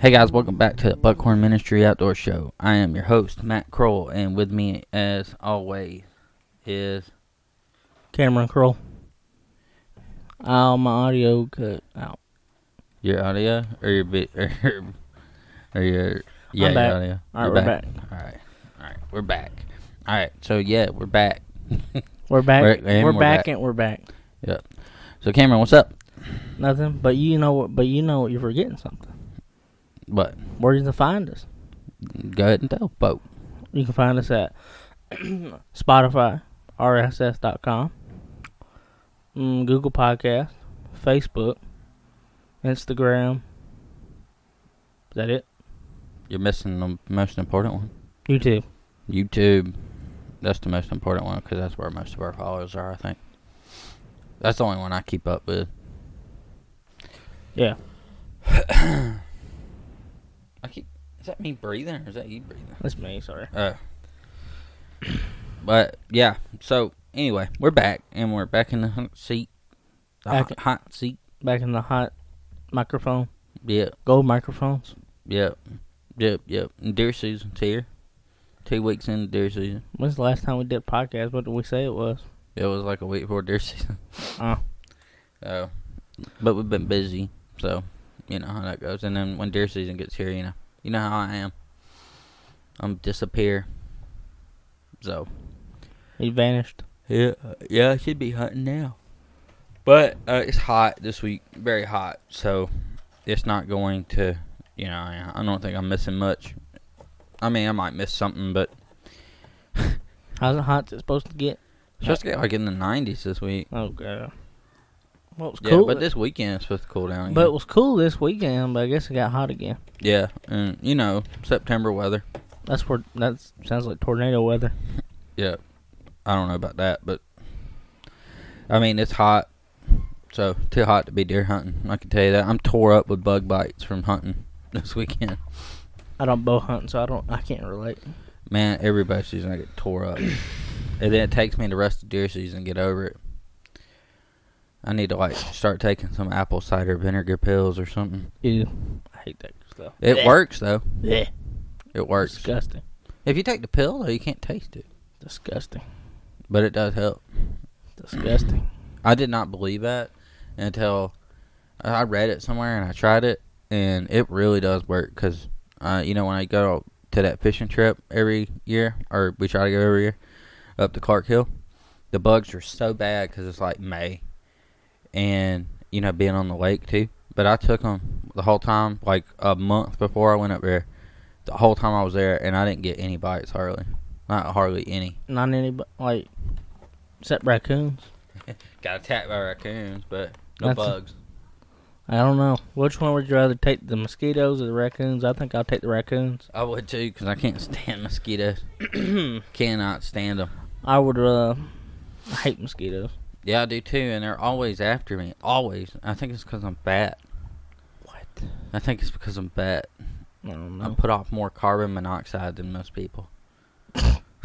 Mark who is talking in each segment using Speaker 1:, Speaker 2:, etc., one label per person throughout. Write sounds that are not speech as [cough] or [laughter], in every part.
Speaker 1: Hey guys, welcome back to the Buckhorn Ministry Outdoor Show. I am your host, Matt Kroll, and with me, as always, is.
Speaker 2: Cameron Curl. Oh, my audio cut out.
Speaker 1: Your audio or your bit or, your- or your yeah
Speaker 2: I'm back.
Speaker 1: your audio.
Speaker 2: All right,
Speaker 1: You're
Speaker 2: we're
Speaker 1: All right, all right, we're back. All right, so yeah, we're back. [laughs]
Speaker 2: We're back.
Speaker 1: We're- and
Speaker 2: We're,
Speaker 1: we're
Speaker 2: back,
Speaker 1: back.
Speaker 2: and we're back.
Speaker 1: So Cameron, what's up?
Speaker 2: Nothing, but you know what? But you know what? You're forgetting something.
Speaker 1: What?
Speaker 2: Where you can find us?
Speaker 1: Go ahead and tell Bo.
Speaker 2: You can find us at [clears throat] Spotify, RSS.com, mm, Google Podcast, Facebook, Instagram. Is that it?
Speaker 1: You're missing the most important one.
Speaker 2: YouTube.
Speaker 1: YouTube. That's the most important one because that's where most of our followers are. I think. That's the only one I keep up with.
Speaker 2: Yeah.
Speaker 1: I keep. Is that me breathing or is that you breathing?
Speaker 2: That's me. Sorry.
Speaker 1: Uh. But yeah. So anyway, we're back and we're back in the hot seat. The
Speaker 2: Back-
Speaker 1: hot, hot seat.
Speaker 2: Back in the hot microphone.
Speaker 1: Yep.
Speaker 2: Gold microphones.
Speaker 1: Yep. Yep. Yep. And deer season's here. Two weeks into deer season.
Speaker 2: When's the last time we did podcast? What did we say it was?
Speaker 1: It was like a week before deer [laughs] season.
Speaker 2: Oh.
Speaker 1: So, but we've been busy, so you know how that goes. And then when deer season gets here, you know, you know how I am. I'm disappear. So
Speaker 2: He vanished.
Speaker 1: yeah, yeah, I should be hunting now. But uh, it's hot this week, very hot. So it's not going to, you know, I I don't think I'm missing much. I mean, I might miss something, but
Speaker 2: How's it hot? It's supposed to get.
Speaker 1: it's supposed to get like in the 90s this week.
Speaker 2: Oh god. Well, it was
Speaker 1: Yeah,
Speaker 2: cool.
Speaker 1: but this weekend it's supposed to cool down.
Speaker 2: but
Speaker 1: again.
Speaker 2: it was cool this weekend. But I guess it got hot again.
Speaker 1: Yeah, and you know September weather.
Speaker 2: That's where that sounds like tornado weather.
Speaker 1: Yeah, I don't know about that, but I mean it's hot, so too hot to be deer hunting. I can tell you that. I'm tore up with bug bites from hunting [laughs] this weekend.
Speaker 2: I don't bow hunt, so I don't. I can't relate.
Speaker 1: Man, everybody season I get tore up, and then it takes me the rest of deer season to get over it. I need to like start taking some apple cider vinegar pills or something.
Speaker 2: Ew. I hate that stuff.
Speaker 1: It
Speaker 2: Blech.
Speaker 1: works though.
Speaker 2: Blech.
Speaker 1: It works.
Speaker 2: Disgusting.
Speaker 1: If you take the pill though, you can't taste it,
Speaker 2: Disgusting.
Speaker 1: but it does help.
Speaker 2: Disgusting.
Speaker 1: I did not believe that until I read it somewhere and I tried it, and it really does work. Cause uh, you know when I go to that fishing trip every year, or we try to go every year up to Clark Hill, the bugs are so bad because it's like May, and you know being on the lake too. But I took them the whole time, like a month before I went up there. The whole time I was there, and I didn't get any bites hardly, not hardly any.
Speaker 2: Not any bu- like, except raccoons.
Speaker 1: Got attacked by raccoons, but no
Speaker 2: That's-
Speaker 1: bugs.
Speaker 2: I don't know which one would you rather take, the mosquitoes or the raccoons. I think I'll take the
Speaker 1: [clears throat]
Speaker 2: raccoons.
Speaker 1: I would too, because I can't stand mosquitoes. [coughs] Cannot stand them.
Speaker 2: I would. Uh, I hate mosquitoes.
Speaker 1: Yeah, I do too, and they're always after me. Always. I think it's because I'm fat.
Speaker 2: What?
Speaker 1: I think it's because I'm fat.
Speaker 2: I don't
Speaker 1: I
Speaker 2: know.
Speaker 1: put off more carbon monoxide than most people. [laughs]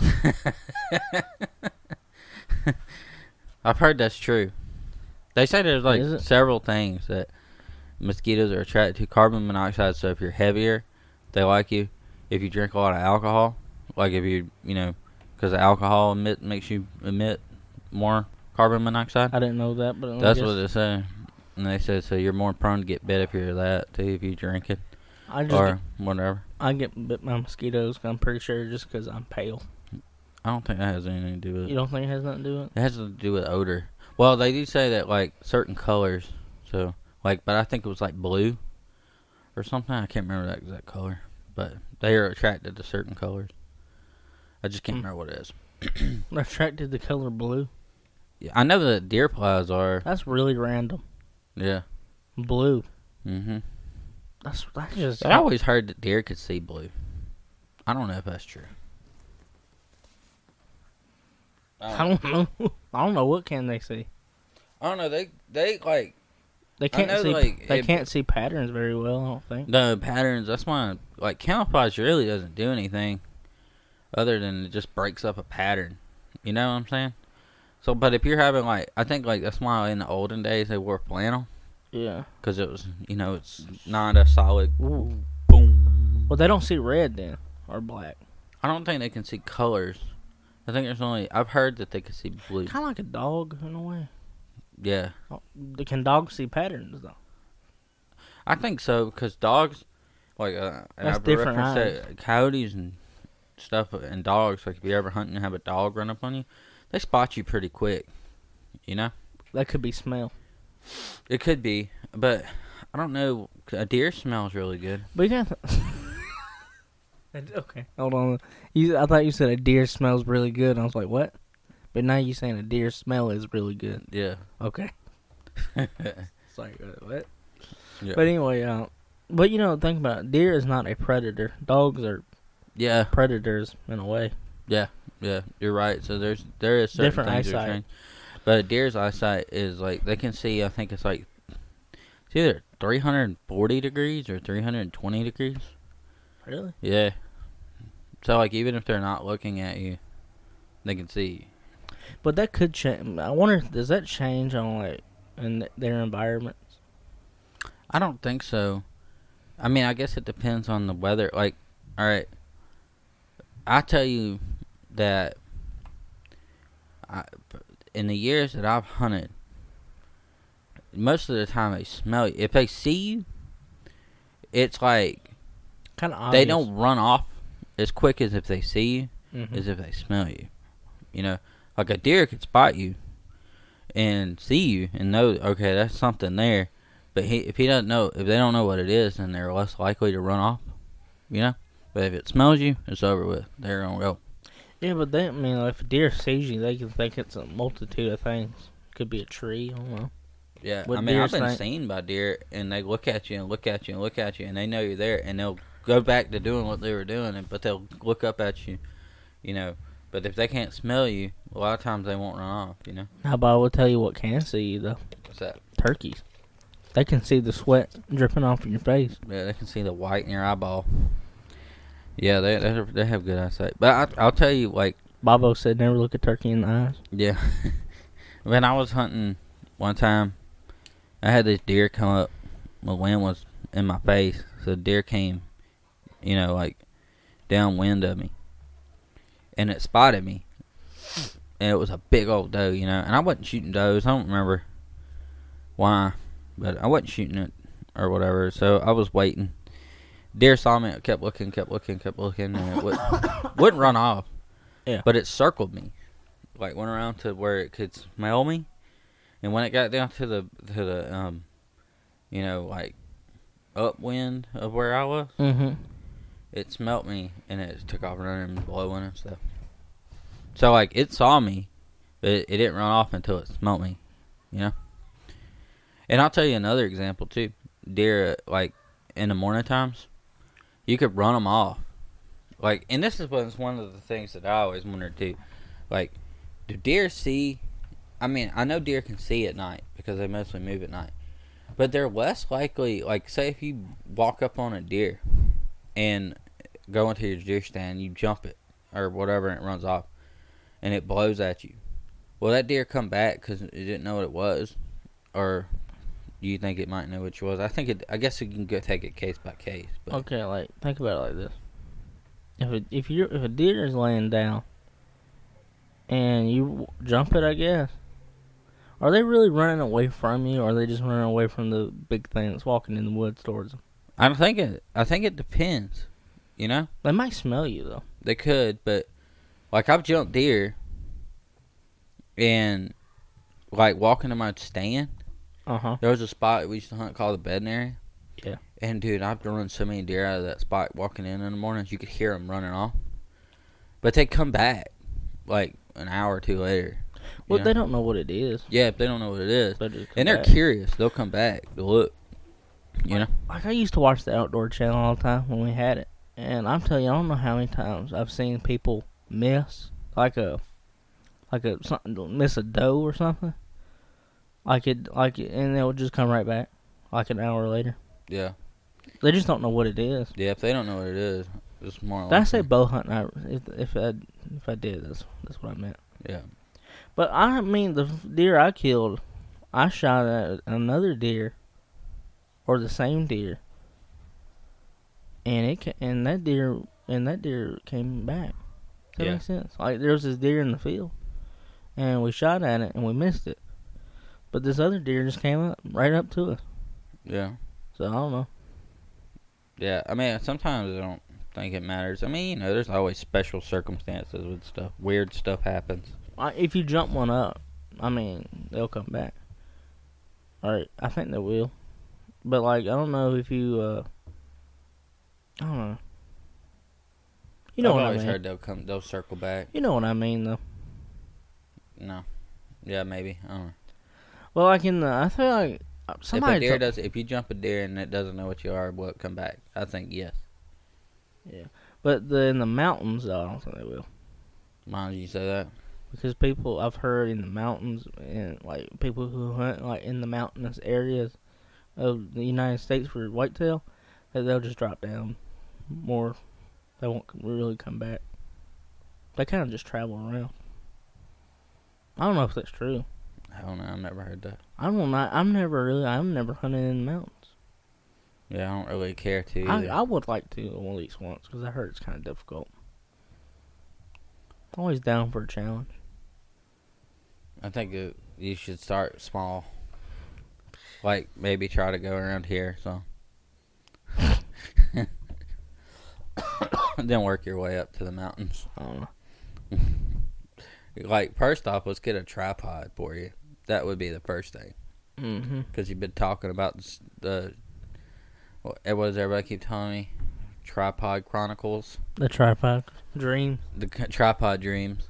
Speaker 1: I've heard that's true. They say there's like
Speaker 2: Is it?
Speaker 1: several things that mosquitoes are attracted to carbon monoxide. So if you're heavier, they like you. If you drink a lot of alcohol, like if you you know, because alcohol emit makes you emit more carbon monoxide.
Speaker 2: I didn't know that, but I
Speaker 1: That's
Speaker 2: guess-
Speaker 1: what they say. And they said so you're more prone to get bit if you're that too if you drink it
Speaker 2: I just
Speaker 1: or whatever.
Speaker 2: I get bit by mosquitoes. I'm pretty sure just because I'm pale.
Speaker 1: I don't think that has anything to do with
Speaker 2: You
Speaker 1: it.
Speaker 2: don't think it has nothing to do with it?
Speaker 1: It has to do with odor. Well, they do say that like certain colors. So like, but I think it was like blue or something. I can't remember that exact color, but they are attracted to certain colors. I just can't
Speaker 2: Hmm.
Speaker 1: remember what it is. [clears throat]
Speaker 2: I'm attracted to the color blue.
Speaker 1: Yeah, I know that deer plies are.
Speaker 2: That's really random.
Speaker 1: Yeah.
Speaker 2: Blue.
Speaker 1: Mm-hmm.
Speaker 2: That's that's just.
Speaker 1: I always heard that deer could see blue. I don't know if that's true.
Speaker 2: [laughs] I don't know. I don't know what can they see.
Speaker 1: I don't know. They they like
Speaker 2: They can't
Speaker 1: know,
Speaker 2: see.
Speaker 1: like,
Speaker 2: they
Speaker 1: it-
Speaker 2: can't see patterns very well. I don't think.
Speaker 1: No patterns. That's why, like, camouflage really doesn't do anything other than it just breaks up a pattern. You know what I'm saying? So, but if you're having like, I think like that's why in the olden days they wore flannel
Speaker 2: Yeah.
Speaker 1: because it was, you know, it's not a solid
Speaker 2: Ooh. Well, they don't see red then or black.
Speaker 1: I don't think they can see colors. I think there's only I've heard that they can see blue.
Speaker 2: Kind of like a dog in a way.
Speaker 1: Yeah,
Speaker 2: Oh, Can dogs see patterns though?
Speaker 1: I think so because dogs, like, uh, and
Speaker 2: That's
Speaker 1: I've
Speaker 2: different
Speaker 1: referenced that uh, coyotes and stuff uh, and dogs. Like, if you ever hunting and have a dog run up on you, they spot you pretty quick. You know,
Speaker 2: That could be smell.
Speaker 1: it could be, but I don't know. A deer smells really good.
Speaker 2: But you got. okay, hold on. You, I thought you said a deer smells really good. I was like, what? But now you're saying a deer smell is really good.
Speaker 1: Yeah. [laughs]
Speaker 2: Okay. It's like uh, what?
Speaker 1: Yeah.
Speaker 2: But anyway, uh, but you know, think about it. deer is not a predator. Dogs are
Speaker 1: yeah,
Speaker 2: predators in a way.
Speaker 1: yeah. You're right. So there's there is certain
Speaker 2: Different
Speaker 1: things that are
Speaker 2: eyesight.
Speaker 1: changed. But a deer's eyesight is like they can see. I think it's like it's either 340 degrees or 320 degrees.
Speaker 2: Really?
Speaker 1: Yeah. So like even if they're not looking at you, they can see.
Speaker 2: But that could change. I wonder, does that change on like in th- their environment?
Speaker 1: I don't think so. I mean, I guess it depends on the weather. Like, all right, I tell you that I, in the years that I've hunted, most of the time they smell you. If they see you, it's like
Speaker 2: Kind of.
Speaker 1: they don't run off as quick as if they see you.
Speaker 2: hmm
Speaker 1: is if they smell you. You know, like a deer could spot you and see you and know, okay, that's something there. But he, if he doesn't know, if they don't know what it is, then they're less likely to run off. You know, but if it smells you, it's over with. They're gonna go.
Speaker 2: Yeah, but they. I mean, like, if a deer sees you, they can think it's a multitude of things. Could be a tree. I don't know.
Speaker 1: Yeah,
Speaker 2: What
Speaker 1: I mean, I've
Speaker 2: deers
Speaker 1: been
Speaker 2: think-
Speaker 1: seen by deer, and they look at you and look at you and look at you, and they know you're there, and they'll go back to doing what they were doing, and but they'll look up at you, you know. But if they can't smell you, a lot of times they won't run off. You know,
Speaker 2: Now, but I will tell you what can see you though.
Speaker 1: what's that?
Speaker 2: Turkeys. They can see the sweat dripping off of your face.
Speaker 1: Yeah, they can see the white in your eyeball. Yeah, they they have- they have good eyesight. But I, I'll tell you, like,
Speaker 2: Bobo said, "Never look a turkey in the eyes."
Speaker 1: yeah, [laughs] when I was hunting one time, I had this deer come up. My wind was in my face, so the deer came, you know, like downwind of me, and it spotted me. And it was a big old doe, you know. And I wasn't shooting does. I don't remember why, but I wasn't shooting it or whatever. So I was waiting. Deer saw me. It kept looking, kept looking, kept looking, and it would, wouldn't run off.
Speaker 2: Yeah.
Speaker 1: But it circled me, like went around to where it could smell me, and when it got down to the to the um, you know, like upwind of where I was,
Speaker 2: Mm-hmm.
Speaker 1: it smelt me and it took off running and blowing and stuff. So like it saw me, but it, it didn't run off until it smelt me, you know. And I'll tell you another example too. Deer uh, like in the morning times, you could run them off. Like, and this is what's one of the things that I always wondered too. Like, do deer see? I mean, I know deer can see at night because they mostly move at night, but they're less likely. Like, say if you walk up on a deer and go into your deer stand, you jump it or whatever, and it runs off, and it blows at you. Will that deer come back because it didn't know what it was, or do you think it might know what it was? I think it. I guess you can go take it case by case. But
Speaker 2: Okay, like think about it like this: if a, if you if a deer is laying down and you w- jump it, I guess, are they really running away from you, or are they just running away from the big thing that's walking in the woods towards them?
Speaker 1: I don't think it. I think it depends. You know,
Speaker 2: They might smell you though.
Speaker 1: they could, but like I've jumped deer and like walking to my stand.
Speaker 2: Uh huh.
Speaker 1: There was a spot we used to hunt called the veterinary.
Speaker 2: Yeah.
Speaker 1: And dude, I've run so many deer out of that spot walking in in the mornings. You could hear them running off, but they come back like an hour or two later. you
Speaker 2: Well,
Speaker 1: know?
Speaker 2: they don't know what it is.
Speaker 1: Yeah, if they don't know what it is,
Speaker 2: They just come
Speaker 1: and they're
Speaker 2: back.
Speaker 1: curious, they'll come back. They'll look. You know.
Speaker 2: Like I used to watch the Outdoor Channel all the time when we had it, and I'm telling you, I don't know how many times I've seen people miss like a like a something miss a doe or something. Like it, like it, and it will just come right back, like an hour later.
Speaker 1: Yeah.
Speaker 2: They just don't know what it is.
Speaker 1: Yeah, if they don't know what it is, it's more.
Speaker 2: Did I say
Speaker 1: likely.
Speaker 2: bow hunting? I, if if I if I did, that's that's what I meant.
Speaker 1: Yeah.
Speaker 2: But I mean, the f- deer I killed, I shot at another deer, or the same deer, and it ca- and that deer and that deer came back. Does that
Speaker 1: Yeah.
Speaker 2: make sense? Like there was this deer in the field, and we shot at it and we missed it, but this other deer just came up right up to us.
Speaker 1: Yeah.
Speaker 2: So I don't know.
Speaker 1: Yeah. I mean, sometimes I don't think it matters. I mean, you know, there's always special circumstances with stuff. Weird stuff happens.
Speaker 2: I, if you jump one up, I mean they'll come back. All right, I think they will, but like I don't know if you. uh I don't know. You know
Speaker 1: I've
Speaker 2: what I
Speaker 1: always
Speaker 2: mean.
Speaker 1: heard they'll come, they'll circle back.
Speaker 2: You know what I mean, though.
Speaker 1: No. Yeah, maybe. I don't know.
Speaker 2: Well, like in the, I feel like uh,
Speaker 1: If
Speaker 2: somebody.
Speaker 1: a deer
Speaker 2: to-
Speaker 1: does, if you jump a deer and it doesn't know what you are, will it come back? I think yes.
Speaker 2: but the, in the mountains, though, I don't think they will.
Speaker 1: Mind you say that.
Speaker 2: Because people, I've heard in the mountains, and like people who hunt like in the mountainous areas of the United States for whitetail, that they'll just drop down more. They won't c- really come back. They kind of just travel around. I don't know if that's true.
Speaker 1: I don't know. I've never heard that.
Speaker 2: I'm not. I'm never really. I'm never hunting in the mountains.
Speaker 1: Yeah, I don't really care to.
Speaker 2: I,
Speaker 1: either.
Speaker 2: I would like to at least once because I heard it's kind of difficult. Always down for a challenge.
Speaker 1: I think it, you should start small. Like maybe try to go around here, so [coughs] then work your way up to the mountains. [laughs]
Speaker 2: I don't know.
Speaker 1: Like first off, let's get a tripod for you. That would be the first thing
Speaker 2: Mm-hmm.
Speaker 1: because you've been talking about s- the what eh, what does everybody keep telling me? Tripod Chronicles,
Speaker 2: The tripod dream.
Speaker 1: the c- tripod dreams.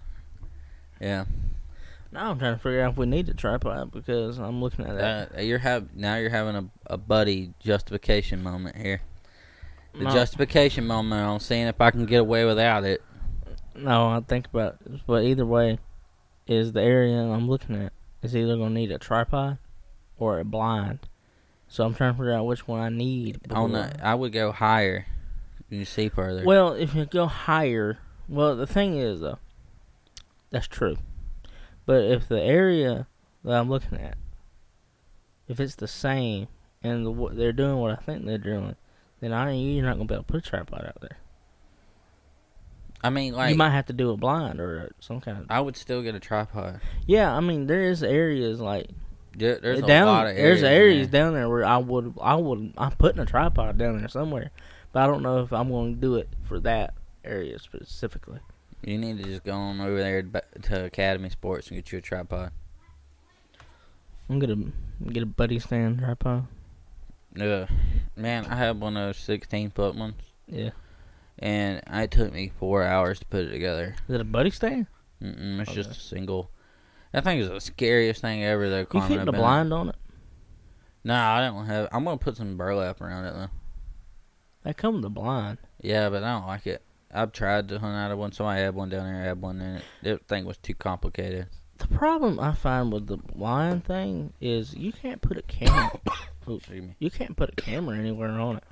Speaker 1: Yeah,
Speaker 2: Now I'm trying to figure out if we need a tripod because I'm looking at that.
Speaker 1: uh, you're have now you're having a, a buddy justification moment here. The
Speaker 2: no,
Speaker 1: justification moment on seeing if I can get away without it.
Speaker 2: no, I think about. It. But either way, is the area I'm looking at is either gonna need a tripod or a blind. So I'm trying to figure out which one I need.
Speaker 1: On
Speaker 2: before-
Speaker 1: the, I would go higher. You can see further.
Speaker 2: Well, if you go higher, well, the thing is though, that's true. But if the area that I'm looking at, if it's the same and the, what they're doing what I think they're doing, then I you're not gonna be able to put a tripod out there.
Speaker 1: I mean, like
Speaker 2: you might have to do a blind or some kind of.
Speaker 1: I would still get a tripod.
Speaker 2: Yeah, I mean there is areas like
Speaker 1: There, there's a
Speaker 2: down
Speaker 1: lot of areas.
Speaker 2: there's areas down there where I would I would I'm putting a tripod down there somewhere, but I don't know if I'm gonna do it for that area specifically.
Speaker 1: You need to just go on over there to, ba- to Academy Sports and get you a tripod.
Speaker 2: I'm gonna get a buddy stand tripod.
Speaker 1: Yeah, man, I have one of those 16 foot ones,
Speaker 2: Yeah.
Speaker 1: and it took me four hours to put it together.
Speaker 2: Is it a buddy stand?
Speaker 1: Mm-mm, it's just
Speaker 2: Okay.
Speaker 1: a single. That thing is the scariest thing ever. Though
Speaker 2: You
Speaker 1: climbing
Speaker 2: keep
Speaker 1: up
Speaker 2: the
Speaker 1: in it.
Speaker 2: blind on it.
Speaker 1: No, I don't have. I'm gonna put some burlap around it though.
Speaker 2: They come with the blind.
Speaker 1: Yeah, but I don't like it. I've tried to hunt out of one. Somebody had one down there. I had one in it. That thing was too complicated.
Speaker 2: The problem I find with the blind thing is you can't put a camera. Oops.
Speaker 1: Excuse me.
Speaker 2: You can't put a camera anywhere on it.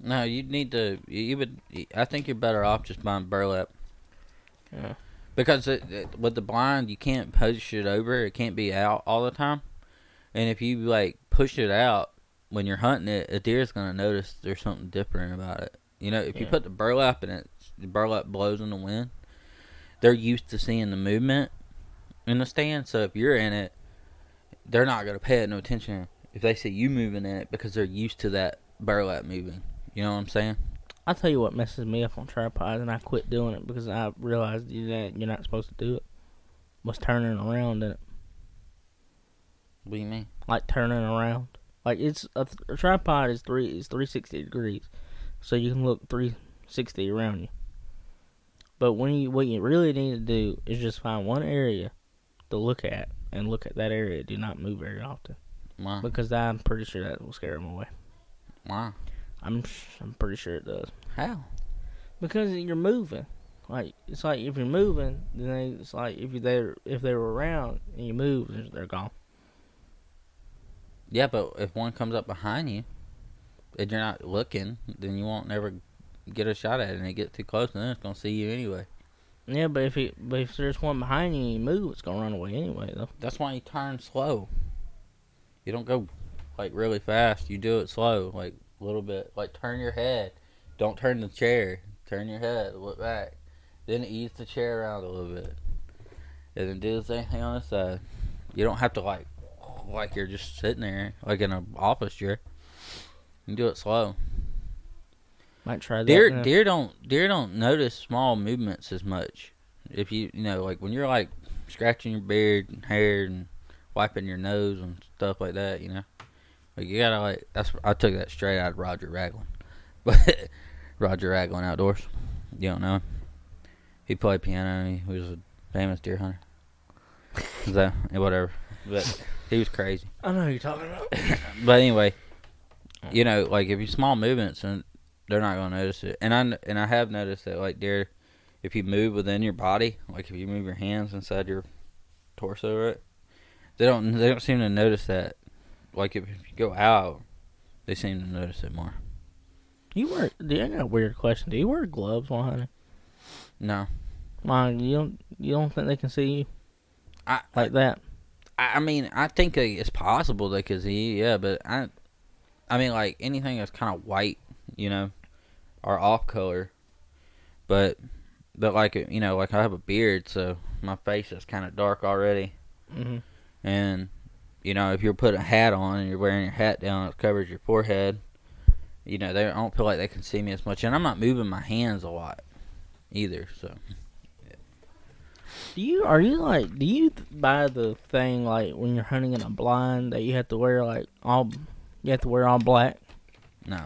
Speaker 1: No, you need to. You, you would. I think you're better off just buying burlap.
Speaker 2: Yeah.
Speaker 1: Because it, it- with the blind, you can't push it over. It can't be out all the time. And if you like push it out when you're hunting it, a deer's gonna notice there's something different about it. You know, if you
Speaker 2: Yeah.
Speaker 1: put the burlap in it, the burlap blows in the wind. They're used to seeing the movement in the stand, so if you're in it, they're not gonna pay it no attention if they see you moving in it because they're used to that burlap moving. You know what I'm saying?
Speaker 2: I'll tell you what messes me up on tripods, and I quit doing it because I realized you- that you're not supposed to do it. Was turning around in it.
Speaker 1: What do you mean?
Speaker 2: Like turning around. Like it's a, th- a tripod is three is 360 degrees, so you can look 360 around you. But when you what you really need to do is just find one area to look at and look at that area. Do not move very often
Speaker 1: Why?
Speaker 2: because I'm pretty sure that will scare them away.
Speaker 1: Why?
Speaker 2: I'm sh- I'm pretty sure it does
Speaker 1: How?
Speaker 2: because you're moving. Like it's like if you're moving, then they, it's like if you they if they were around and you move, they're- they're gone.
Speaker 1: Yeah, but if one comes up behind you and you're not looking, then you won't never get a shot at it. And it gets too close, and then it's gonna see you anyway.
Speaker 2: Yeah, but if it, but if there's one behind you and you move, it's gonna run away anyway though.
Speaker 1: That's why you turn slow. You don't go like really fast. You do it slow, like a little bit. Like turn your head. Don't turn the chair. Turn your head. Look back. Then ease the chair around a little bit. And then do the same thing on this side. You don't have to like like you're just sitting there like in an office chair. You can do it slow.
Speaker 2: Might try that.
Speaker 1: Deer
Speaker 2: in a-
Speaker 1: deer don't deer don't notice small movements as much. If you you know like when you're like scratching your beard and hair and wiping your nose and stuff like that, you know, like you gotta like that's I took that straight out of Roger Ragland, [laughs] but Roger Ragland outdoors, you don't know him. He played piano. and He was a famous deer
Speaker 2: [laughs]
Speaker 1: hunter. so and whatever, but he was crazy.
Speaker 2: I know who you're talking about.
Speaker 1: [laughs] But anyway, you know, like if you small movements and they're not gonna notice it. And I kn- and I have noticed that like deer, if you move within your body, like if you move your hands inside your torso, right? They don't they don't seem to notice that. Like if you go out, they seem to notice it more.
Speaker 2: You wear? Dude, I got a weird question. Do you wear gloves while hunting?
Speaker 1: No,
Speaker 2: Like you don't? You don't think they can see you
Speaker 1: I
Speaker 2: like that?
Speaker 1: I, I mean I think that it's possible they could see, yeah, but I, I mean like anything that's kind of white, you know, or off color, but but like you know like I have a beard, so my face is kind of dark already.
Speaker 2: Mm-hmm.
Speaker 1: And you know, if you're putting a hat on and you're wearing your hat down, it covers your forehead. You know, they I don't feel like they can see me as much, and I'm not moving my hands a lot either. So
Speaker 2: Do you? Are you like? Do you th- buy the thing like when you're hunting in a blind that you have to wear like all? You have to wear all black
Speaker 1: no,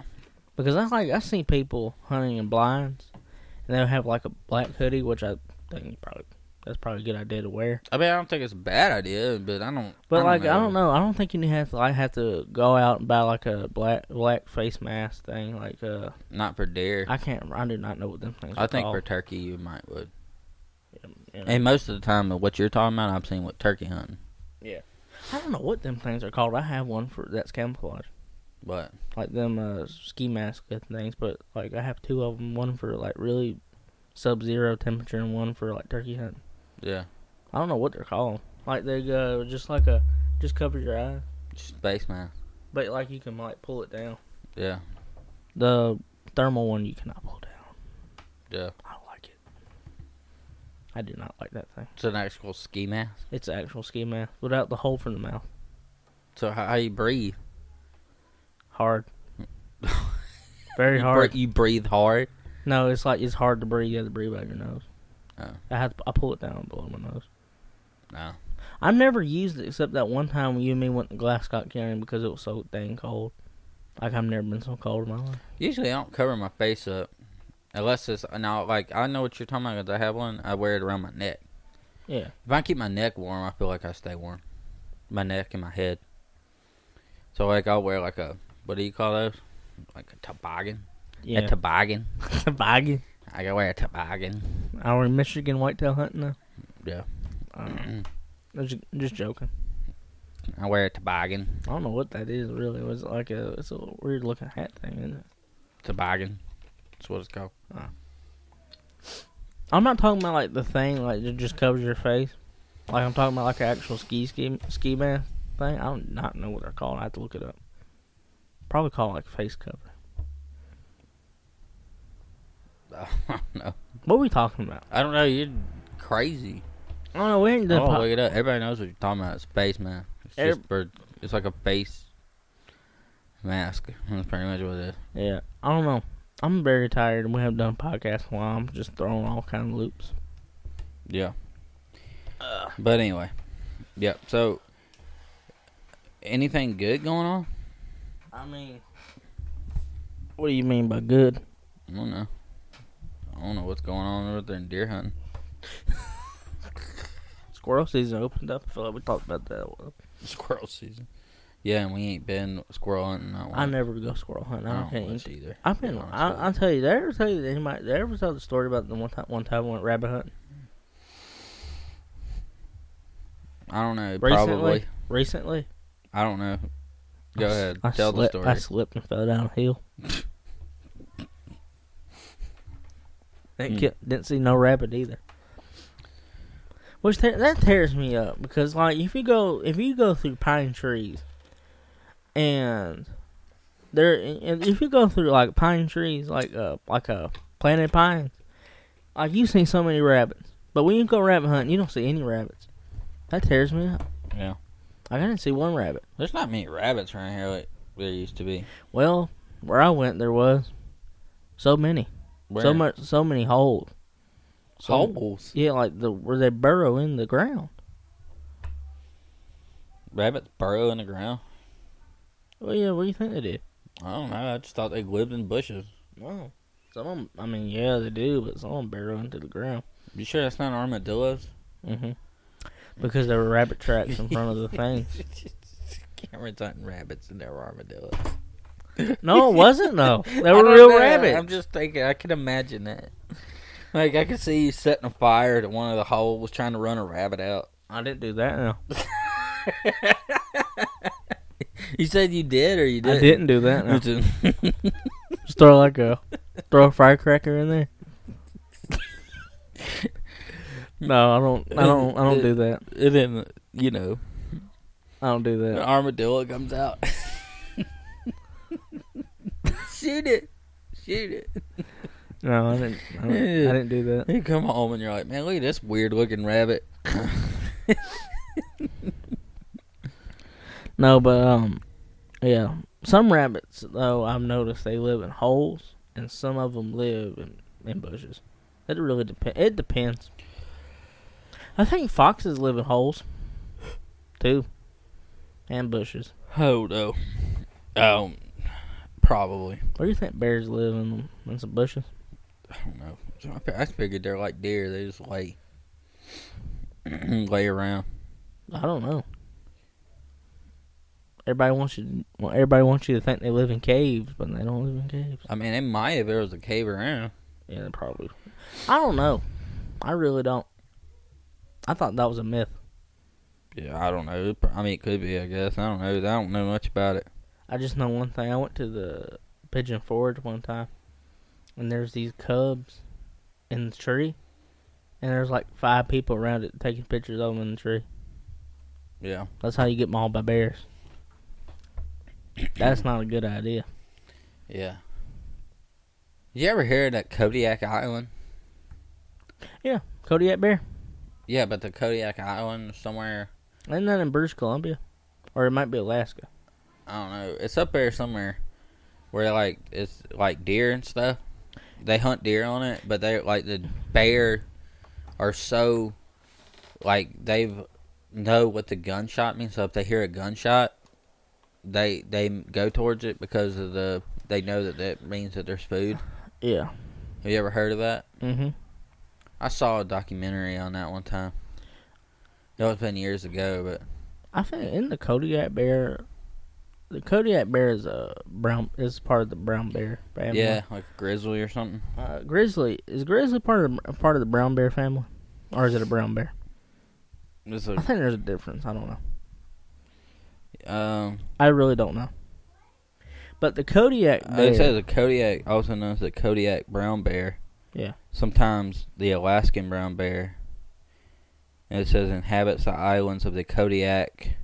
Speaker 2: because I like I see people hunting in blinds, and they'll have like a black hoodie, which I think is probably that's probably a good idea to wear.
Speaker 1: I mean I don't think it's a bad idea, but I don't.
Speaker 2: But like I don't know, I don't think you have to like have to go out and buy like a black black face mask thing. Like uh,
Speaker 1: Not for deer.
Speaker 2: I Oh. can't, I do not know what them things.
Speaker 1: I
Speaker 2: are
Speaker 1: think
Speaker 2: called.
Speaker 1: for turkey you might would.
Speaker 2: You know.
Speaker 1: And most of the time, what you're talking about, I've seen with turkey hunting.
Speaker 2: I don't know what them things are called. I have one for that's camouflage,
Speaker 1: But
Speaker 2: like them uh, ski mask good things. But like I have two of them, one for like really sub-zero temperature and one for like turkey hunting.
Speaker 1: yeah,
Speaker 2: I don't know what they're called. Like they go just like a just cover your eye,
Speaker 1: just base mask.
Speaker 2: but like you can like pull it down.
Speaker 1: Yeah,
Speaker 2: The thermal one you cannot pull down.
Speaker 1: yeah.
Speaker 2: I don't like it. I do not like that thing.
Speaker 1: It's an actual ski mask.
Speaker 2: It's an actual ski mask without the hole for the mouth.
Speaker 1: So how, how you breathe?
Speaker 2: Hard. Very
Speaker 1: You
Speaker 2: hard.
Speaker 1: bre- you breathe hard.
Speaker 2: No, it's like it's hard to breathe. You have to breathe out your nose.
Speaker 1: Oh.
Speaker 2: I have to, I pull it down below my nose.
Speaker 1: No.
Speaker 2: I've never used it except that one time when you and me went to Glasscock County because it was so dang cold. Like I've never been so cold in my life.
Speaker 1: Usually I don't cover my face up unless it's now like I know what you're talking about 'cause I have one. I wear it around my neck.
Speaker 2: Yeah.
Speaker 1: If I keep my neck warm, I feel like I stay warm. My neck and my head. So like I'll wear like a what do you call those? Like a toboggan.
Speaker 2: Yeah.
Speaker 1: A toboggan.
Speaker 2: [laughs] Toboggan.
Speaker 1: I gotta wear a toboggan. [clears throat]
Speaker 2: I were in Michigan whitetail hunting though.
Speaker 1: Yeah.
Speaker 2: Um, I was ju- just joking.
Speaker 1: I wear a toboggan.
Speaker 2: I don't know what that is really. Was it like a it's a weird looking hat thing, isn't it?
Speaker 1: Toboggan. That's what it's called. [laughs]
Speaker 2: I'm not talking about like the thing like that just covers your face. Like I'm talking about like an actual ski ski ski mask thing. I don't not know what they're called. I have to look it up. Probably called like face cover.
Speaker 1: I don't know.
Speaker 2: What are we talking about?
Speaker 1: I don't know. You're crazy.
Speaker 2: I don't know. We ain't
Speaker 1: Oh,
Speaker 2: done. po-
Speaker 1: look it up. Everybody knows what you're talking about. It's face mask. It's just for, It's like a face mask. That's pretty much what it is.
Speaker 2: yeah, I don't know. I'm very tired, and we haven't done a podcast in a while. I'm just throwing all kind of loops.
Speaker 1: Yeah. But anyway, yep. So, anything good going on?
Speaker 2: I mean, what do you mean by good?
Speaker 1: I don't know. I don't know what's going on over there in deer hunting. [laughs]
Speaker 2: Squirrel season opened up. I feel like we talked about that.
Speaker 1: Squirrel season. Yeah, and we ain't been squirrel hunting. Not
Speaker 2: I never go squirrel hunting.
Speaker 1: I
Speaker 2: I,
Speaker 1: don't
Speaker 2: can't
Speaker 1: want
Speaker 2: eat-
Speaker 1: to either.
Speaker 2: I've been.
Speaker 1: to be honest with
Speaker 2: I, I'll
Speaker 1: you.
Speaker 2: tell you. They ever tell you they might. They ever tell the story about the one time. One time we went rabbit hunting
Speaker 1: I don't know.
Speaker 2: Recently?
Speaker 1: Probably.
Speaker 2: recently.
Speaker 1: I don't know. Go
Speaker 2: I s-
Speaker 1: ahead.
Speaker 2: I
Speaker 1: tell
Speaker 2: slipped,
Speaker 1: the
Speaker 2: I
Speaker 1: story.
Speaker 2: slipped and fell down a hill. Didn't,
Speaker 1: Hmm.
Speaker 2: ki- didn't see no rabbit either. Which te- that tears me up because like if you go if you go through pine trees, and there and if you go through like pine trees like uh like a planted pines like you see so many rabbits but when you go rabbit hunting you don't see any rabbits that tears me up
Speaker 1: Yeah.
Speaker 2: like i didn't see one rabbit
Speaker 1: There's not many rabbits around here like there used to be.
Speaker 2: well where i went there was so many so
Speaker 1: Where?
Speaker 2: much so many holes so-
Speaker 1: Holes.
Speaker 2: yeah like the where they burrow in the ground
Speaker 1: Rabbits burrow in the ground.
Speaker 2: well Oh, yeah what do you think they do
Speaker 1: I don't know. I just thought they lived in bushes.
Speaker 2: no some of 'em- i mean yeah they do but some of them burrow into the ground
Speaker 1: You sure that's not armadillos?
Speaker 2: hmm because there were rabbit tracks in front of
Speaker 1: [laughs]
Speaker 2: [laughs] the thing
Speaker 1: Cameron's hunting rabbits and they're armadillos.
Speaker 2: no it
Speaker 1: [laughs]
Speaker 2: wasn't though they
Speaker 1: I
Speaker 2: were
Speaker 1: don't
Speaker 2: real
Speaker 1: know.
Speaker 2: rabbits
Speaker 1: I'm just thinking. I can imagine that. Like I could see you setting a fire to one of the holes, trying to run a rabbit
Speaker 2: [laughs]
Speaker 1: out. [laughs]
Speaker 2: I didn't do that. No,
Speaker 1: You said you did, or you didn't?
Speaker 2: I didn't do that. No.
Speaker 1: didn't.
Speaker 2: Just throw like [laughs] a throw a firecracker in [laughs] there. no, I don't. I don't. I don't do that.
Speaker 1: and then you know,
Speaker 2: I don't do
Speaker 1: an
Speaker 2: that.
Speaker 1: armadillo comes out. [laughs] Shoot it! Shoot it!
Speaker 2: No, I didn't. I didn't, I didn't do that.
Speaker 1: You come home and you're like, man, look at this weird looking rabbit.
Speaker 2: No, but um, yeah. Some rabbits though, I've noticed they live in holes, and some of them live in, in bushes. It really depends. It depends. I think foxes live in holes, too, and bushes.
Speaker 1: Oh no. Um, probably.
Speaker 2: Where do you think bears live in them? In some bushes.
Speaker 1: I don't know. So I fi- I figured they're like deer. They just lay, [clears throat] lay around.
Speaker 2: I don't know. Everybody wants you. Well, everybody wants you to think they live in caves, but they don't live in caves.
Speaker 1: I mean, they might if there was a cave around.
Speaker 2: Yeah, they probably. I don't know. I really don't. I thought that was a myth.
Speaker 1: Yeah, I don't know. It pro- I mean, it could be. I guess I don't know. I don't know much about it.
Speaker 2: I just know one thing. I went to the Pigeon Forge one time, and there's these cubs in the tree, and there's like five people around it taking pictures of them in the tree.
Speaker 1: Yeah.
Speaker 2: That's how you get mauled by bears. That's not a good idea.
Speaker 1: Yeah. You ever hear of that Kodiak Island?
Speaker 2: Kodiak bear.
Speaker 1: Yeah, but the Kodiak Island somewhere.
Speaker 2: Isn't that in British Columbia? Or it might be Alaska.
Speaker 1: I don't know. It's up there somewhere, where like it's like deer and stuff. They hunt deer on it, but they like the bear are so like they've know what the gunshot means. So if they hear a gunshot, they they go towards it because of the they know that that means that there's food.
Speaker 2: Yeah.
Speaker 1: Have you ever heard of that?
Speaker 2: hmm
Speaker 1: I saw a documentary on that one time. That was been years ago, but
Speaker 2: I think in the Kodiak bear, the Kodiak bear is a brown is part of the brown bear family.
Speaker 1: yeah, like a grizzly or something.
Speaker 2: Uh, grizzly is grizzly part of the- part of the brown bear family, or is it a brown bear?
Speaker 1: It's
Speaker 2: I
Speaker 1: a,
Speaker 2: think there's a difference. I don't know.
Speaker 1: um,
Speaker 2: I really don't know. But the Kodiak
Speaker 1: Uh,
Speaker 2: bear.
Speaker 1: It says a Kodiak, also known as the Kodiak brown bear.
Speaker 2: Yeah.
Speaker 1: Sometimes the Alaskan brown bear. And it says inhabits the islands of the Kodiak.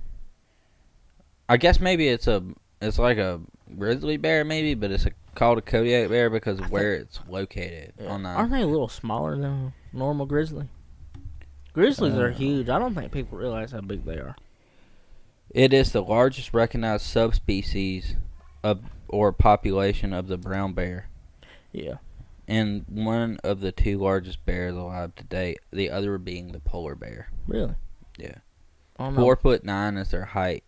Speaker 1: I guess maybe it's a it's like a grizzly bear maybe, but it's a, called a Kodiak bear because of where it's located
Speaker 2: yeah.
Speaker 1: on uh, the
Speaker 2: aren't they a little smaller than a normal grizzly? Grizzlies are
Speaker 1: Uh,
Speaker 2: huge. I don't think people realize how big they are.
Speaker 1: It is the largest recognized subspecies of or population of the brown bear.
Speaker 2: Yeah.
Speaker 1: And one of the two largest bears alive today, the other being the polar bear.
Speaker 2: Really.
Speaker 1: Yeah.
Speaker 2: I don't know.
Speaker 1: Four foot nine is their height,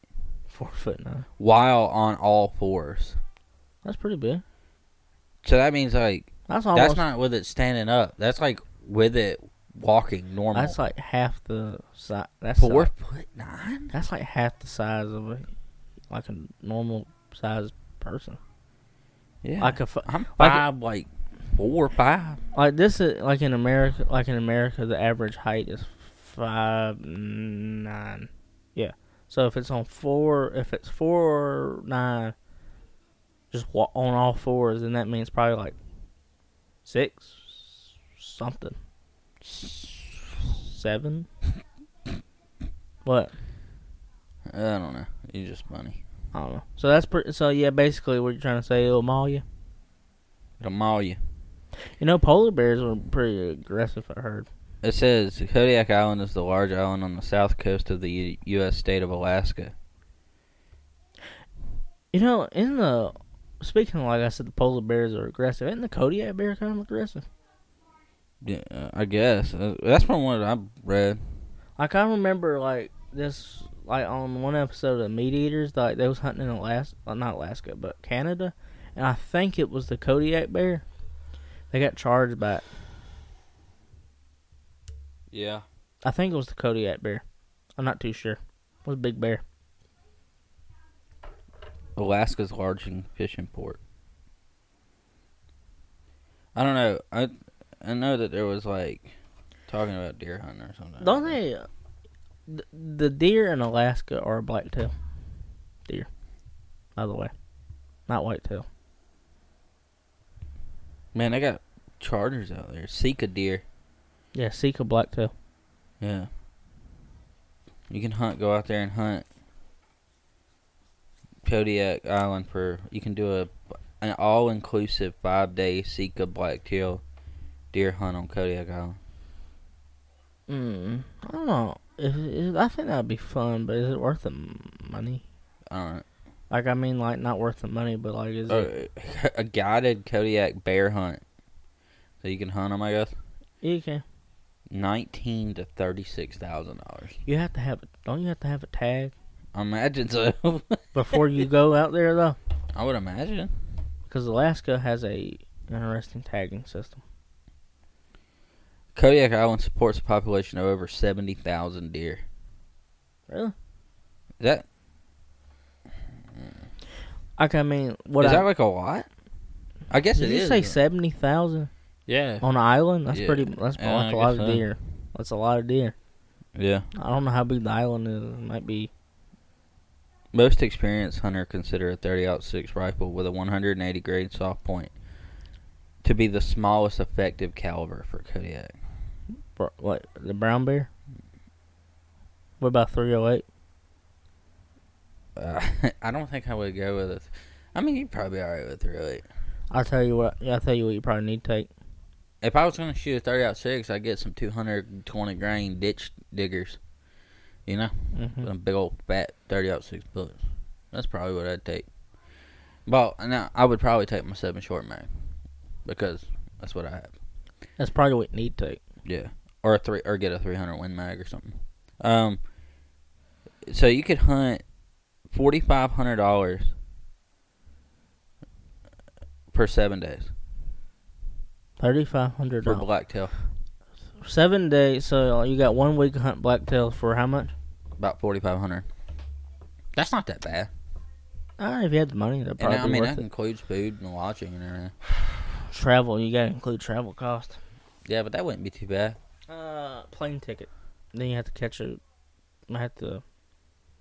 Speaker 2: Four foot nine.
Speaker 1: while on all fours.
Speaker 2: That's pretty big.
Speaker 1: So that means like
Speaker 2: That's almost.
Speaker 1: that's not with it standing up. That's like with it walking normal.
Speaker 2: That's like half the size. That's
Speaker 1: four
Speaker 2: Like,
Speaker 1: foot nine.
Speaker 2: that's like half the size of a like a normal sized person.
Speaker 1: Yeah,
Speaker 2: Like a fu-
Speaker 1: I'm
Speaker 2: like a-
Speaker 1: five, like, four five.
Speaker 2: like this is like in America. Like in America, the average height is five nine. Yeah. So if it's on four, if it's four nine, just wa- on all fours, then that means probably like six something, seven. [laughs] What?
Speaker 1: I don't know. You're just funny.
Speaker 2: I don't know. So that's pretty. So yeah, basically, what you're trying to say, it'll maul you.
Speaker 1: It'll maul you.
Speaker 2: You know, polar bears are pretty aggressive. I heard.
Speaker 1: It says Kodiak Island is the large island on the south coast of the U- U.S. state of Alaska.
Speaker 2: You know, in the speaking of, like I said, the polar bears are aggressive. Isn't the Kodiak bear kind of aggressive?
Speaker 1: Yeah, uh, I guess Uh, that's from what I read.
Speaker 2: Like I remember, like this, like on one episode of Meat Eaters, like they was hunting in Alaska, uh, not Alaska, but Canada, and I think it was the Kodiak bear. They got charged by. it.
Speaker 1: Yeah,
Speaker 2: I think it was the Kodiak bear. I'm not too sure. It was a big bear.
Speaker 1: Alaska's largest fishing port. I don't know. I I know that there was like talking about deer hunting or something.
Speaker 2: Don't they? uh, th- The deer in Alaska are blacktail deer. By the way, not whitetail.
Speaker 1: Man, they got charters out there. Seek a deer.
Speaker 2: Yeah, Sika blacktail.
Speaker 1: Yeah. You can hunt. Go out there and hunt. Kodiak Island for you can do a an all inclusive five day Sika blacktail deer hunt on Kodiak Island.
Speaker 2: Mm, I don't know. If, if, I think that'd be fun, but is it worth the m- money?
Speaker 1: I don't know.
Speaker 2: Like, I mean, like not worth the money, but like, is it?
Speaker 1: Uh, [laughs] a guided Kodiak bear hunt. So you can hunt them, I guess.
Speaker 2: You can.
Speaker 1: Nineteen to thirty-six thousand dollars.
Speaker 2: You have to have. a- Don't you have to have a tag
Speaker 1: I imagine so. [laughs]
Speaker 2: before you go out there though?
Speaker 1: I would imagine.
Speaker 2: Because Alaska has a interesting tagging system.
Speaker 1: Kodiak Island supports a population of over seventy thousand deer.
Speaker 2: Really?
Speaker 1: Is that
Speaker 2: Like, I mean, what?
Speaker 1: is
Speaker 2: I,
Speaker 1: that like a lot? I guess
Speaker 2: did
Speaker 1: it
Speaker 2: you
Speaker 1: is,
Speaker 2: say
Speaker 1: but-
Speaker 2: seventy thousand
Speaker 1: Yeah.
Speaker 2: on an island? That's
Speaker 1: Yeah.
Speaker 2: pretty. That's
Speaker 1: Yeah,
Speaker 2: like
Speaker 1: I
Speaker 2: a lot
Speaker 1: guess
Speaker 2: of
Speaker 1: so.
Speaker 2: deer. That's a lot of deer.
Speaker 1: Yeah.
Speaker 2: I don't know how big the island is. It might be.
Speaker 1: Most experienced hunter consider a 30-06 rifle with a 180 grade soft point to be the smallest effective caliber for Kodiak.
Speaker 2: br- What the brown bear? What about three hundred eight?
Speaker 1: Uh, [laughs] I don't think I would go with it. I mean, you'd probably be all right with it, really.
Speaker 2: I'll tell you what. I'll tell you what you probably need to take.
Speaker 1: If I was going to shoot a 30 6, I'd get some 220 grain ditch diggers. You know,
Speaker 2: hmm
Speaker 1: some big old fat 30 6 bullets. That's probably what I'd take. Well, now I would probably take my 7 short mag because that's what I have.
Speaker 2: That's probably what you need to take.
Speaker 1: Yeah, or a three, or get a three hundred win mag or something. Um, so you could hunt forty five hundred dollars per seven days
Speaker 2: Thirty five hundred
Speaker 1: for
Speaker 2: dollars.
Speaker 1: blacktail,
Speaker 2: Seven days. So you got one week to hunt blacktails for how much?
Speaker 1: about forty five hundred. That's not that bad.
Speaker 2: Ah, if you had the money,
Speaker 1: And
Speaker 2: that'd probably
Speaker 1: I mean,
Speaker 2: worth
Speaker 1: that includes food and lodging and everything.
Speaker 2: it. Travel. You gotta include travel cost.
Speaker 1: Yeah, but that wouldn't be too bad.
Speaker 2: Uh, plane ticket. Then you have to catch a. I have to.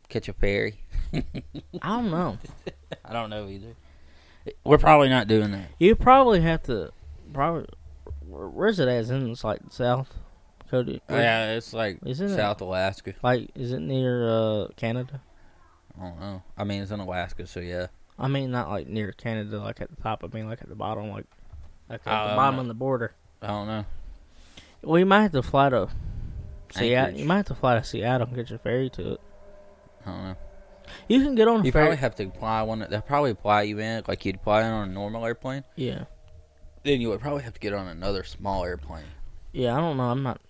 Speaker 1: Catch a [laughs] ferry.
Speaker 2: I
Speaker 1: [laughs]
Speaker 2: don't know.
Speaker 1: I don't know either. We're probably not doing that.
Speaker 2: You probably have to. Probably. where- Where's it at? Is it like South Dakota?
Speaker 1: Yeah, it's like
Speaker 2: Isn't it-
Speaker 1: South Alaska.
Speaker 2: Like, is it near uh Canada?
Speaker 1: I don't know. I mean, it's in Alaska, so yeah.
Speaker 2: I mean, not like near Canada, like at the top. I mean, like at the bottom, like like at
Speaker 1: Oh,
Speaker 2: the bottom
Speaker 1: no.
Speaker 2: of the border.
Speaker 1: I don't know.
Speaker 2: Well, you might have to fly to Seattle.
Speaker 1: Anchorage.
Speaker 2: You might have to fly to Seattle and get your ferry to it.
Speaker 1: I don't know.
Speaker 2: You can get on a
Speaker 1: You
Speaker 2: ferry.
Speaker 1: probably have to apply one. They'll probably apply you in like you'd apply in on a normal airplane.
Speaker 2: yeah,
Speaker 1: Then you would probably have to get on another small airplane.
Speaker 2: yeah. I don't know. I'm not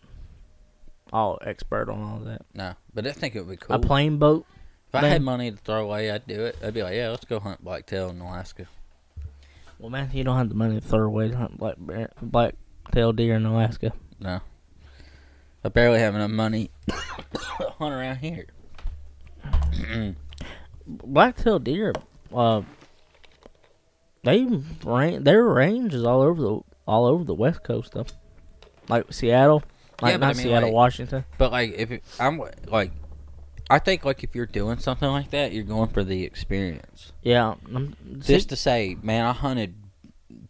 Speaker 2: all expert on all that.
Speaker 1: No, but I think it would be cool.
Speaker 2: A plane boat.
Speaker 1: if I
Speaker 2: plane-
Speaker 1: had money to throw away, I'd do it. I'd be like, yeah, let's go hunt blacktail in Alaska.
Speaker 2: Well, man, you don't have the money to throw away to hunt black bear, black tailed deer in Alaska.
Speaker 1: No, I barely have enough money [coughs] to hunt around here. [clears throat]
Speaker 2: Black tailed deer, uh, they ran, their range is all over the all over the West Coast though, like Seattle, like
Speaker 1: Yeah, but I
Speaker 2: not
Speaker 1: mean,
Speaker 2: Seattle,
Speaker 1: like-
Speaker 2: Washington.
Speaker 1: But like, if it, I'm like, I think like if you're doing something like that, you're going for the experience.
Speaker 2: Yeah, um, I'm, see,
Speaker 1: Just to say, man, I hunted,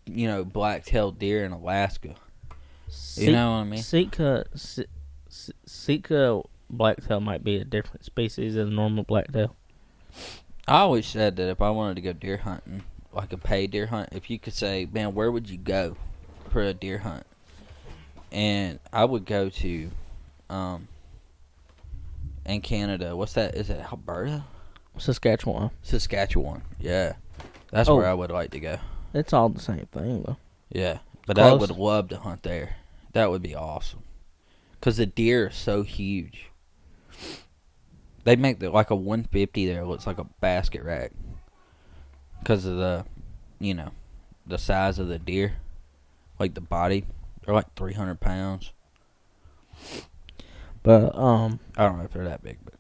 Speaker 1: you know, black-tailed deer in Alaska. You
Speaker 2: see-
Speaker 1: know what I mean?
Speaker 2: Sika, Si- Si- Sika blacktail might be a different species than normal blacktail.
Speaker 1: I always said that if I wanted to go deer hunting, like a paid deer hunt, if you could say, man, where would you go for a deer hunt? And I would go to, um, in Canada. What's that? Is it Alberta?
Speaker 2: Saskatchewan.
Speaker 1: Saskatchewan. Yeah, that's
Speaker 2: Oh.
Speaker 1: where I would like to go.
Speaker 2: It's all the same thing though.
Speaker 1: Yeah, but I
Speaker 2: Close.
Speaker 1: would love to hunt there. That would be awesome. Cause the deer are so huge. They make the, like a 150 there looks like a basket rack. Cause of the, you know, the size of the deer, like the body, they're like 300 pounds.
Speaker 2: But um,
Speaker 1: I don't know if they're that big, but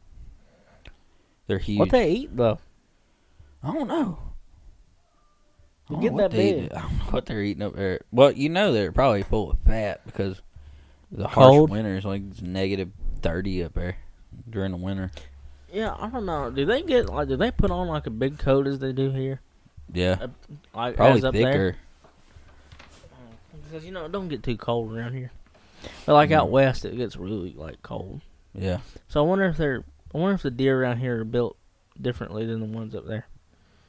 Speaker 1: they're huge.
Speaker 2: what they eat though?
Speaker 1: I don't know. I
Speaker 2: They
Speaker 1: don't
Speaker 2: get
Speaker 1: know what
Speaker 2: that
Speaker 1: they eat. [laughs]
Speaker 2: big.
Speaker 1: I don't know what they're eating up there. Well, you know they're probably full of fat because the harsh
Speaker 2: Cold.
Speaker 1: winters, like it's negative thirty up there during the winter.
Speaker 2: Yeah, I don't know. Do they get like? Do they put on like a big coat as they do here?
Speaker 1: Yeah,
Speaker 2: Uh, Like
Speaker 1: probably
Speaker 2: as up there?
Speaker 1: thicker.
Speaker 2: Because you know it don't get too cold around here. But like out
Speaker 1: Mhm.
Speaker 2: west, it gets really like cold.
Speaker 1: Yeah,
Speaker 2: So I wonder if they're. I wonder if the deer around here are built differently than the ones up there.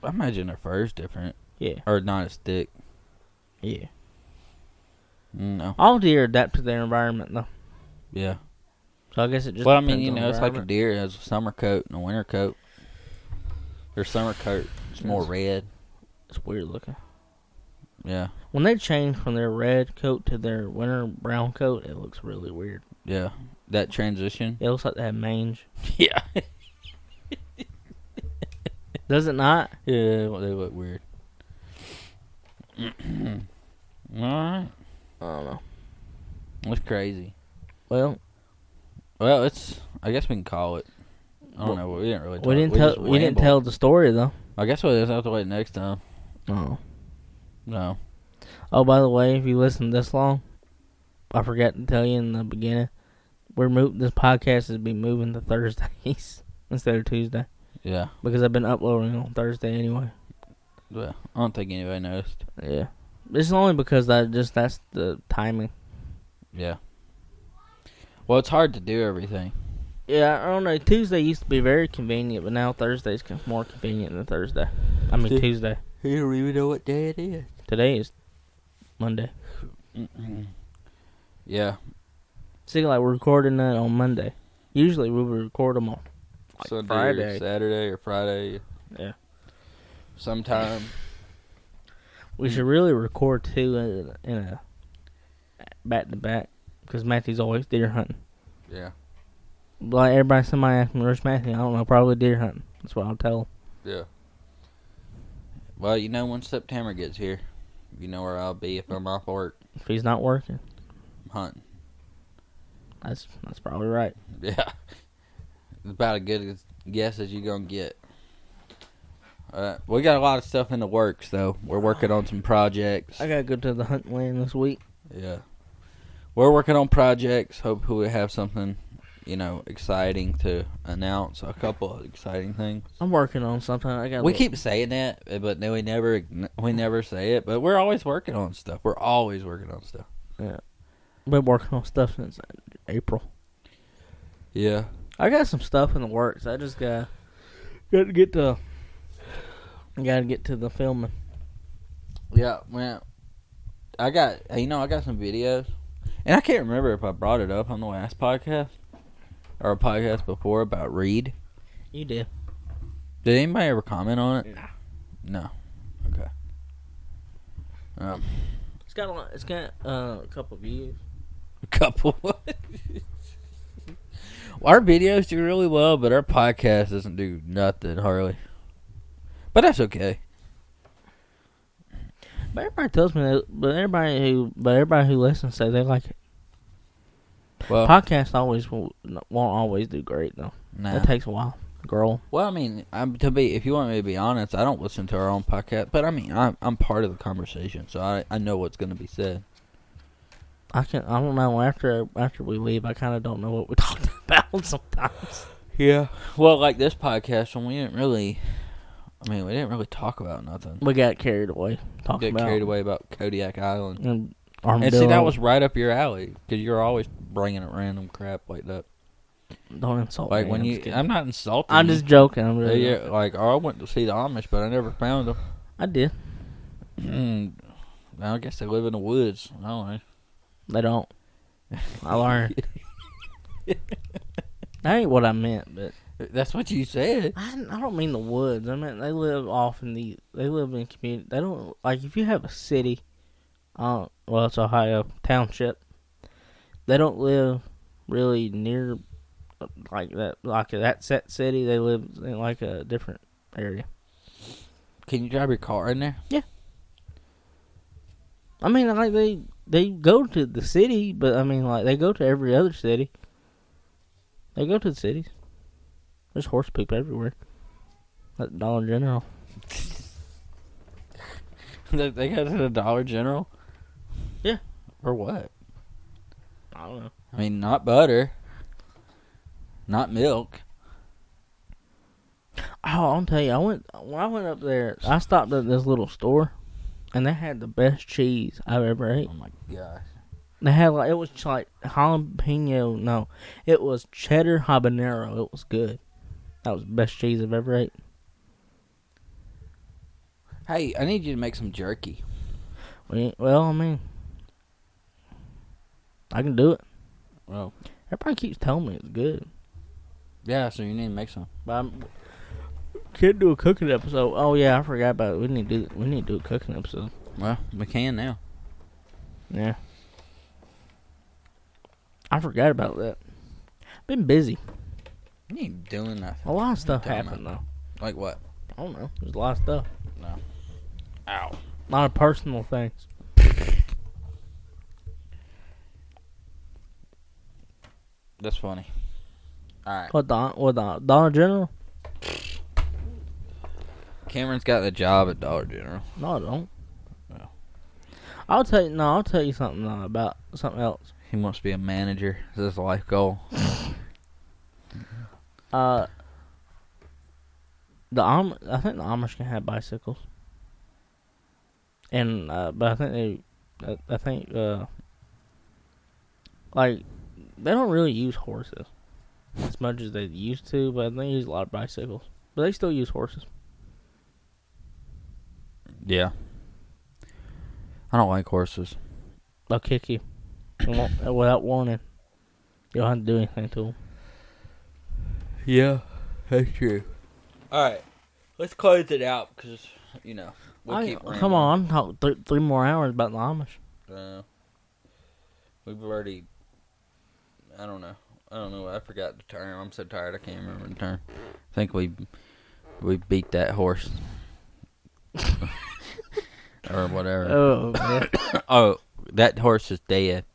Speaker 1: I imagine their fur's different
Speaker 2: Yeah,
Speaker 1: or not as thick. Mm,
Speaker 2: yeah.
Speaker 1: No,
Speaker 2: All deer adapt to their environment though.
Speaker 1: yeah.
Speaker 2: So I guess it just.
Speaker 1: Well, I mean,
Speaker 2: depends
Speaker 1: you
Speaker 2: on the
Speaker 1: know, it's like a
Speaker 2: environment.
Speaker 1: deer has a summer coat and a winter coat. Their summer coat is more
Speaker 2: Yes.
Speaker 1: red.
Speaker 2: It's weird looking.
Speaker 1: Yeah,
Speaker 2: When they change from their red coat to their winter brown coat, it looks really weird.
Speaker 1: yeah. That transition.
Speaker 2: It looks like they have mange.
Speaker 1: [laughs] Yeah,
Speaker 2: Does it not?
Speaker 1: Yeah, well, they look
Speaker 2: [clears throat]
Speaker 1: weird. All right,
Speaker 2: I don't know.
Speaker 1: that's crazy.
Speaker 2: Well,
Speaker 1: Well, it's. I guess we can call it. I don't
Speaker 2: Well,
Speaker 1: know. We didn't really.
Speaker 2: we
Speaker 1: talk,
Speaker 2: didn't tell.
Speaker 1: just
Speaker 2: We didn't
Speaker 1: rambled.
Speaker 2: tell the story though.
Speaker 1: I guess we'll just have to wait next time.
Speaker 2: Oh.
Speaker 1: No.
Speaker 2: Oh, by the way, if you listen this long, I forgot to tell you in the beginning. We're moving. This podcast has been moving to [laughs] Thursdays instead of Tuesday
Speaker 1: Yeah.
Speaker 2: because I've been uploading on Thursday anyway.
Speaker 1: Well, I don't think anybody noticed.
Speaker 2: Yeah. It's only because I just that's the timing.
Speaker 1: Yeah. Well, it's hard to do everything.
Speaker 2: Yeah, I don't know. Tuesday used to be very convenient, but now Thursday's co- more convenient than Thursday. I mean
Speaker 1: See?
Speaker 2: Tuesday.
Speaker 1: You don't even know what day it is.
Speaker 2: Today is Monday.
Speaker 1: yeah.
Speaker 2: See, like we're recording that on Monday. Usually we would record them on like
Speaker 1: Sunday or
Speaker 2: Friday.
Speaker 1: Saturday or Friday.
Speaker 2: Yeah.
Speaker 1: Sometime.
Speaker 2: We should really record two in a, in a back to back because Matthew's always deer hunting.
Speaker 1: Yeah.
Speaker 2: Like everybody, somebody asked me, "Where's Matthew?" I don't know. Probably deer hunting. That's what I'll tell 'em.
Speaker 1: Yeah. Well, you know, when September gets here, you know where I'll be if I'm off work
Speaker 2: If he's not working,
Speaker 1: I'm hunting.
Speaker 2: that's that's probably right.
Speaker 1: [laughs] Yeah. It's about as good as guess as you're going to get. Uh, we got a lot of stuff in the works, though. We're working on some projects.
Speaker 2: I gotta go to the hunting land this week.
Speaker 1: Yeah. We're working on projects. Hopefully, we have something, you know, exciting to announce. A couple of exciting things.
Speaker 2: I'm working on something. I got.
Speaker 1: We keep saying that, uh, but then we never we never say it. But we're always working on stuff. We're always working on stuff.
Speaker 2: been working on stuff since April.
Speaker 1: Yeah.
Speaker 2: I got some stuff in the works. I just got got to get to got to get to the filming.
Speaker 1: Yeah, man. I got you know I got some videos, and I can't remember if I brought it up on the last podcast or a podcast before about Reed.
Speaker 2: You did.
Speaker 1: Did anybody ever comment on it?
Speaker 2: Nah.
Speaker 1: No. Okay. Um,
Speaker 2: It's got a lot, it's got uh, a couple views.
Speaker 1: a couple. [laughs] Well, our videos do really well, but our podcast doesn't do nothing hardly. But that's okay.
Speaker 2: But everybody tells me that. But everybody who, but everybody who listens say they like it.
Speaker 1: Well,
Speaker 2: Podcasts always will, won't always do great though.
Speaker 1: nah.
Speaker 2: That takes a while. Girl,
Speaker 1: Well, I mean, I'm, to be if you want me to be honest, I don't listen to our own podcast, but I mean, I'm I'm part of the conversation, so I I know what's going to be said.
Speaker 2: I can. I don't know. After after we leave, I kind of don't know [laughs] what we talked about sometimes.
Speaker 1: Yeah. Well, like this podcast, when we didn't really, I mean, we didn't really talk about nothing.
Speaker 2: We got carried away talking
Speaker 1: Get
Speaker 2: about
Speaker 1: carried away about Kodiak Island,
Speaker 2: and
Speaker 1: and see that
Speaker 2: armadillo.
Speaker 1: was right up your alley because you're always bringing up random crap like that.
Speaker 2: Don't insult
Speaker 1: Like
Speaker 2: me.
Speaker 1: when
Speaker 2: Oh, I'm
Speaker 1: you,
Speaker 2: just kidding.
Speaker 1: I'm not insulting.
Speaker 2: I'm
Speaker 1: you.
Speaker 2: just joking. I'm
Speaker 1: Yeah,
Speaker 2: really.
Speaker 1: yeah, like oh, I went to see the Amish, but I never found [clears throat]
Speaker 2: I did.
Speaker 1: them. I guess they live in the woods. I don't know.
Speaker 2: They don't.
Speaker 1: [laughs]
Speaker 2: I learned. that ain't what I meant, but
Speaker 1: That's what you said.
Speaker 2: I, I don't mean the woods. I mean they live off in the they live in community. They don't like if you have a city, uh, well it's Ohio township. They don't live really near uh, like that like that set city. They live in like a different area.
Speaker 1: Can you drive your car in there?
Speaker 2: I mean like they they go to the city, but I mean like they go to every other city. They go to the cities. There's horse poop everywhere. At Dollar General.
Speaker 1: [laughs] they they go to the Dollar General.
Speaker 2: Yeah.
Speaker 1: For what?
Speaker 2: I don't know.
Speaker 1: I mean, not butter. Not milk.
Speaker 2: Oh, I'll tell you, I went when I went up there. I stopped at this little store, and they had the best cheese I've ever ate.
Speaker 1: Oh my gosh.
Speaker 2: They had like it was ch- like jalapeno. No, it was cheddar habanero. It was good. That was the best cheese I've ever ate.
Speaker 1: Hey, I need you to make some jerky.
Speaker 2: We- Well, I mean, I can do it.
Speaker 1: Well,
Speaker 2: Everybody keeps telling me it's good,
Speaker 1: yeah. So you need to make some.
Speaker 2: but I'm can't do a cooking episode. Oh yeah, I forgot about it. We need to do we need to do a cooking episode.
Speaker 1: Well, we can now.
Speaker 2: Yeah. I forgot about that. Been busy.
Speaker 1: You ain't doing nothing.
Speaker 2: A lot of stuff
Speaker 1: Don't
Speaker 2: happened though.
Speaker 1: Like what?
Speaker 2: I don't know. There's a lot of stuff.
Speaker 1: Ow.
Speaker 2: A lot of personal things.
Speaker 1: That's funny. All right.
Speaker 2: What the what the Dollar General?
Speaker 1: Cameron's got a job at Dollar General.
Speaker 2: No, I don't.
Speaker 1: No.
Speaker 2: I'll tell you no, I'll tell you something though, about something else.
Speaker 1: He wants to be a manager. That's his life goal.
Speaker 2: Uh the Am I think the Amish can have bicycles. And uh but I think they I, I think uh like they don't really use horses as much as they used to, but they use a lot of bicycles. But they still use horses.
Speaker 1: Yeah. I don't like horses.
Speaker 2: They'll kick you Won't- without warning. You don't have to do anything to them.
Speaker 1: Yeah, that's true. All right, let's close it out because you know
Speaker 2: I- come on, I'm talking th- three more hours about the Amish.
Speaker 1: Uh, we've already. I don't know. I don't know. I forgot the term. I'm so tired. I can't remember the term. I think we we beat that horse [laughs] or whatever.
Speaker 2: Oh, man.
Speaker 1: oh, that horse is dead,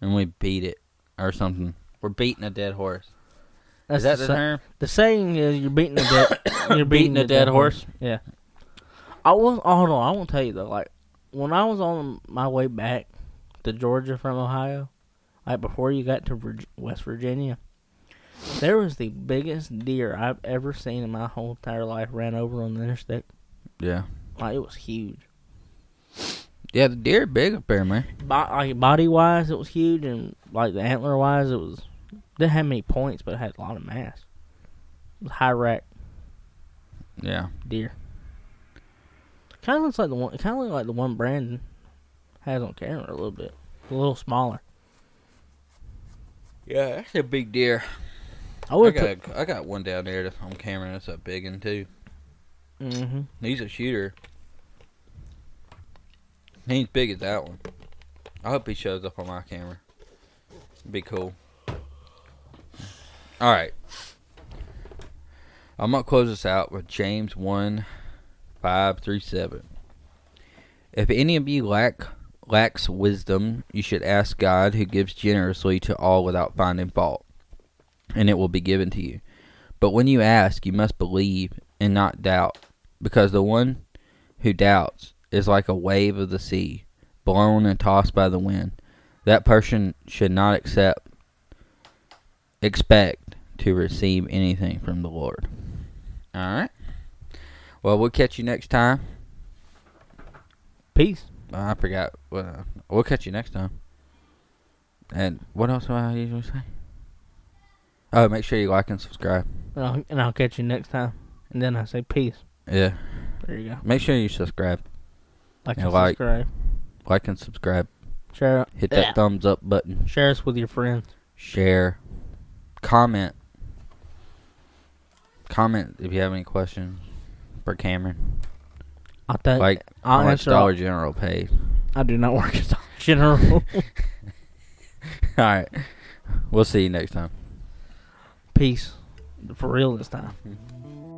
Speaker 1: and we beat it or something. We're beating a dead horse. is
Speaker 2: That's
Speaker 1: that
Speaker 2: the,
Speaker 1: the
Speaker 2: sa-
Speaker 1: term?
Speaker 2: the saying is you're beating
Speaker 1: [coughs]
Speaker 2: a dead you're beating,
Speaker 1: Beating a dead
Speaker 2: Yeah. I was oh, hold on, I won't tell you though, like when I was on my way back to Georgia from Ohio, like before you got to Virg- West Virginia, there was the biggest deer I've ever seen in my whole entire life ran over on the interstate.
Speaker 1: Yeah.
Speaker 2: Like it was huge.
Speaker 1: Yeah, the deer big up there, man.
Speaker 2: Bo- like body wise, it was huge, and like the antler wise, it was didn't have many points, but it had a lot of mass. It was high rack
Speaker 1: Yeah.
Speaker 2: deer. Kind of looks like the one. Kind of look like the one Brandon has on camera a little bit, a little smaller.
Speaker 1: Yeah, that's a big deer.
Speaker 2: I
Speaker 1: I
Speaker 2: would.
Speaker 1: got, a- I got one down there that's on camera. That's a big one too.
Speaker 2: mm-hmm.
Speaker 1: He's a shooter. He ain't big as that one. I hope he shows up on my camera. Be cool. All right. I'm gonna close this out with James one five three seven. If any of you lack lacks wisdom, you should ask God, who gives generously to all without finding fault, and it will be given to you. But when you ask, you must believe and not doubt because the one who doubts is like a wave of the sea, blown and tossed by the wind. That person should not accept expect to receive anything from the Lord. All right. Well, we'll catch you next time. Oh,
Speaker 2: Peace.
Speaker 1: I forgot. What, uh, we'll catch you next time. And what else do I usually say? Oh, make sure you like and subscribe.
Speaker 2: And I'll, and I'll catch you next time. And then I say peace.
Speaker 1: Yeah.
Speaker 2: There you go.
Speaker 1: Make sure you subscribe.
Speaker 2: Like
Speaker 1: And
Speaker 2: and
Speaker 1: like.
Speaker 2: subscribe.
Speaker 1: Like and subscribe.
Speaker 2: Share
Speaker 1: Hit that
Speaker 2: Yeah.
Speaker 1: thumbs up button.
Speaker 2: share us with your friends.
Speaker 1: Share. Comment. Comment if you have any questions for Cameron.
Speaker 2: I'll tell you.
Speaker 1: Like
Speaker 2: I'll
Speaker 1: how much
Speaker 2: answer. all-
Speaker 1: Dollar General pays.
Speaker 2: I do not work at Dollar [laughs] General.
Speaker 1: [laughs] All right. We'll see you next time.
Speaker 2: Peace. For real this time.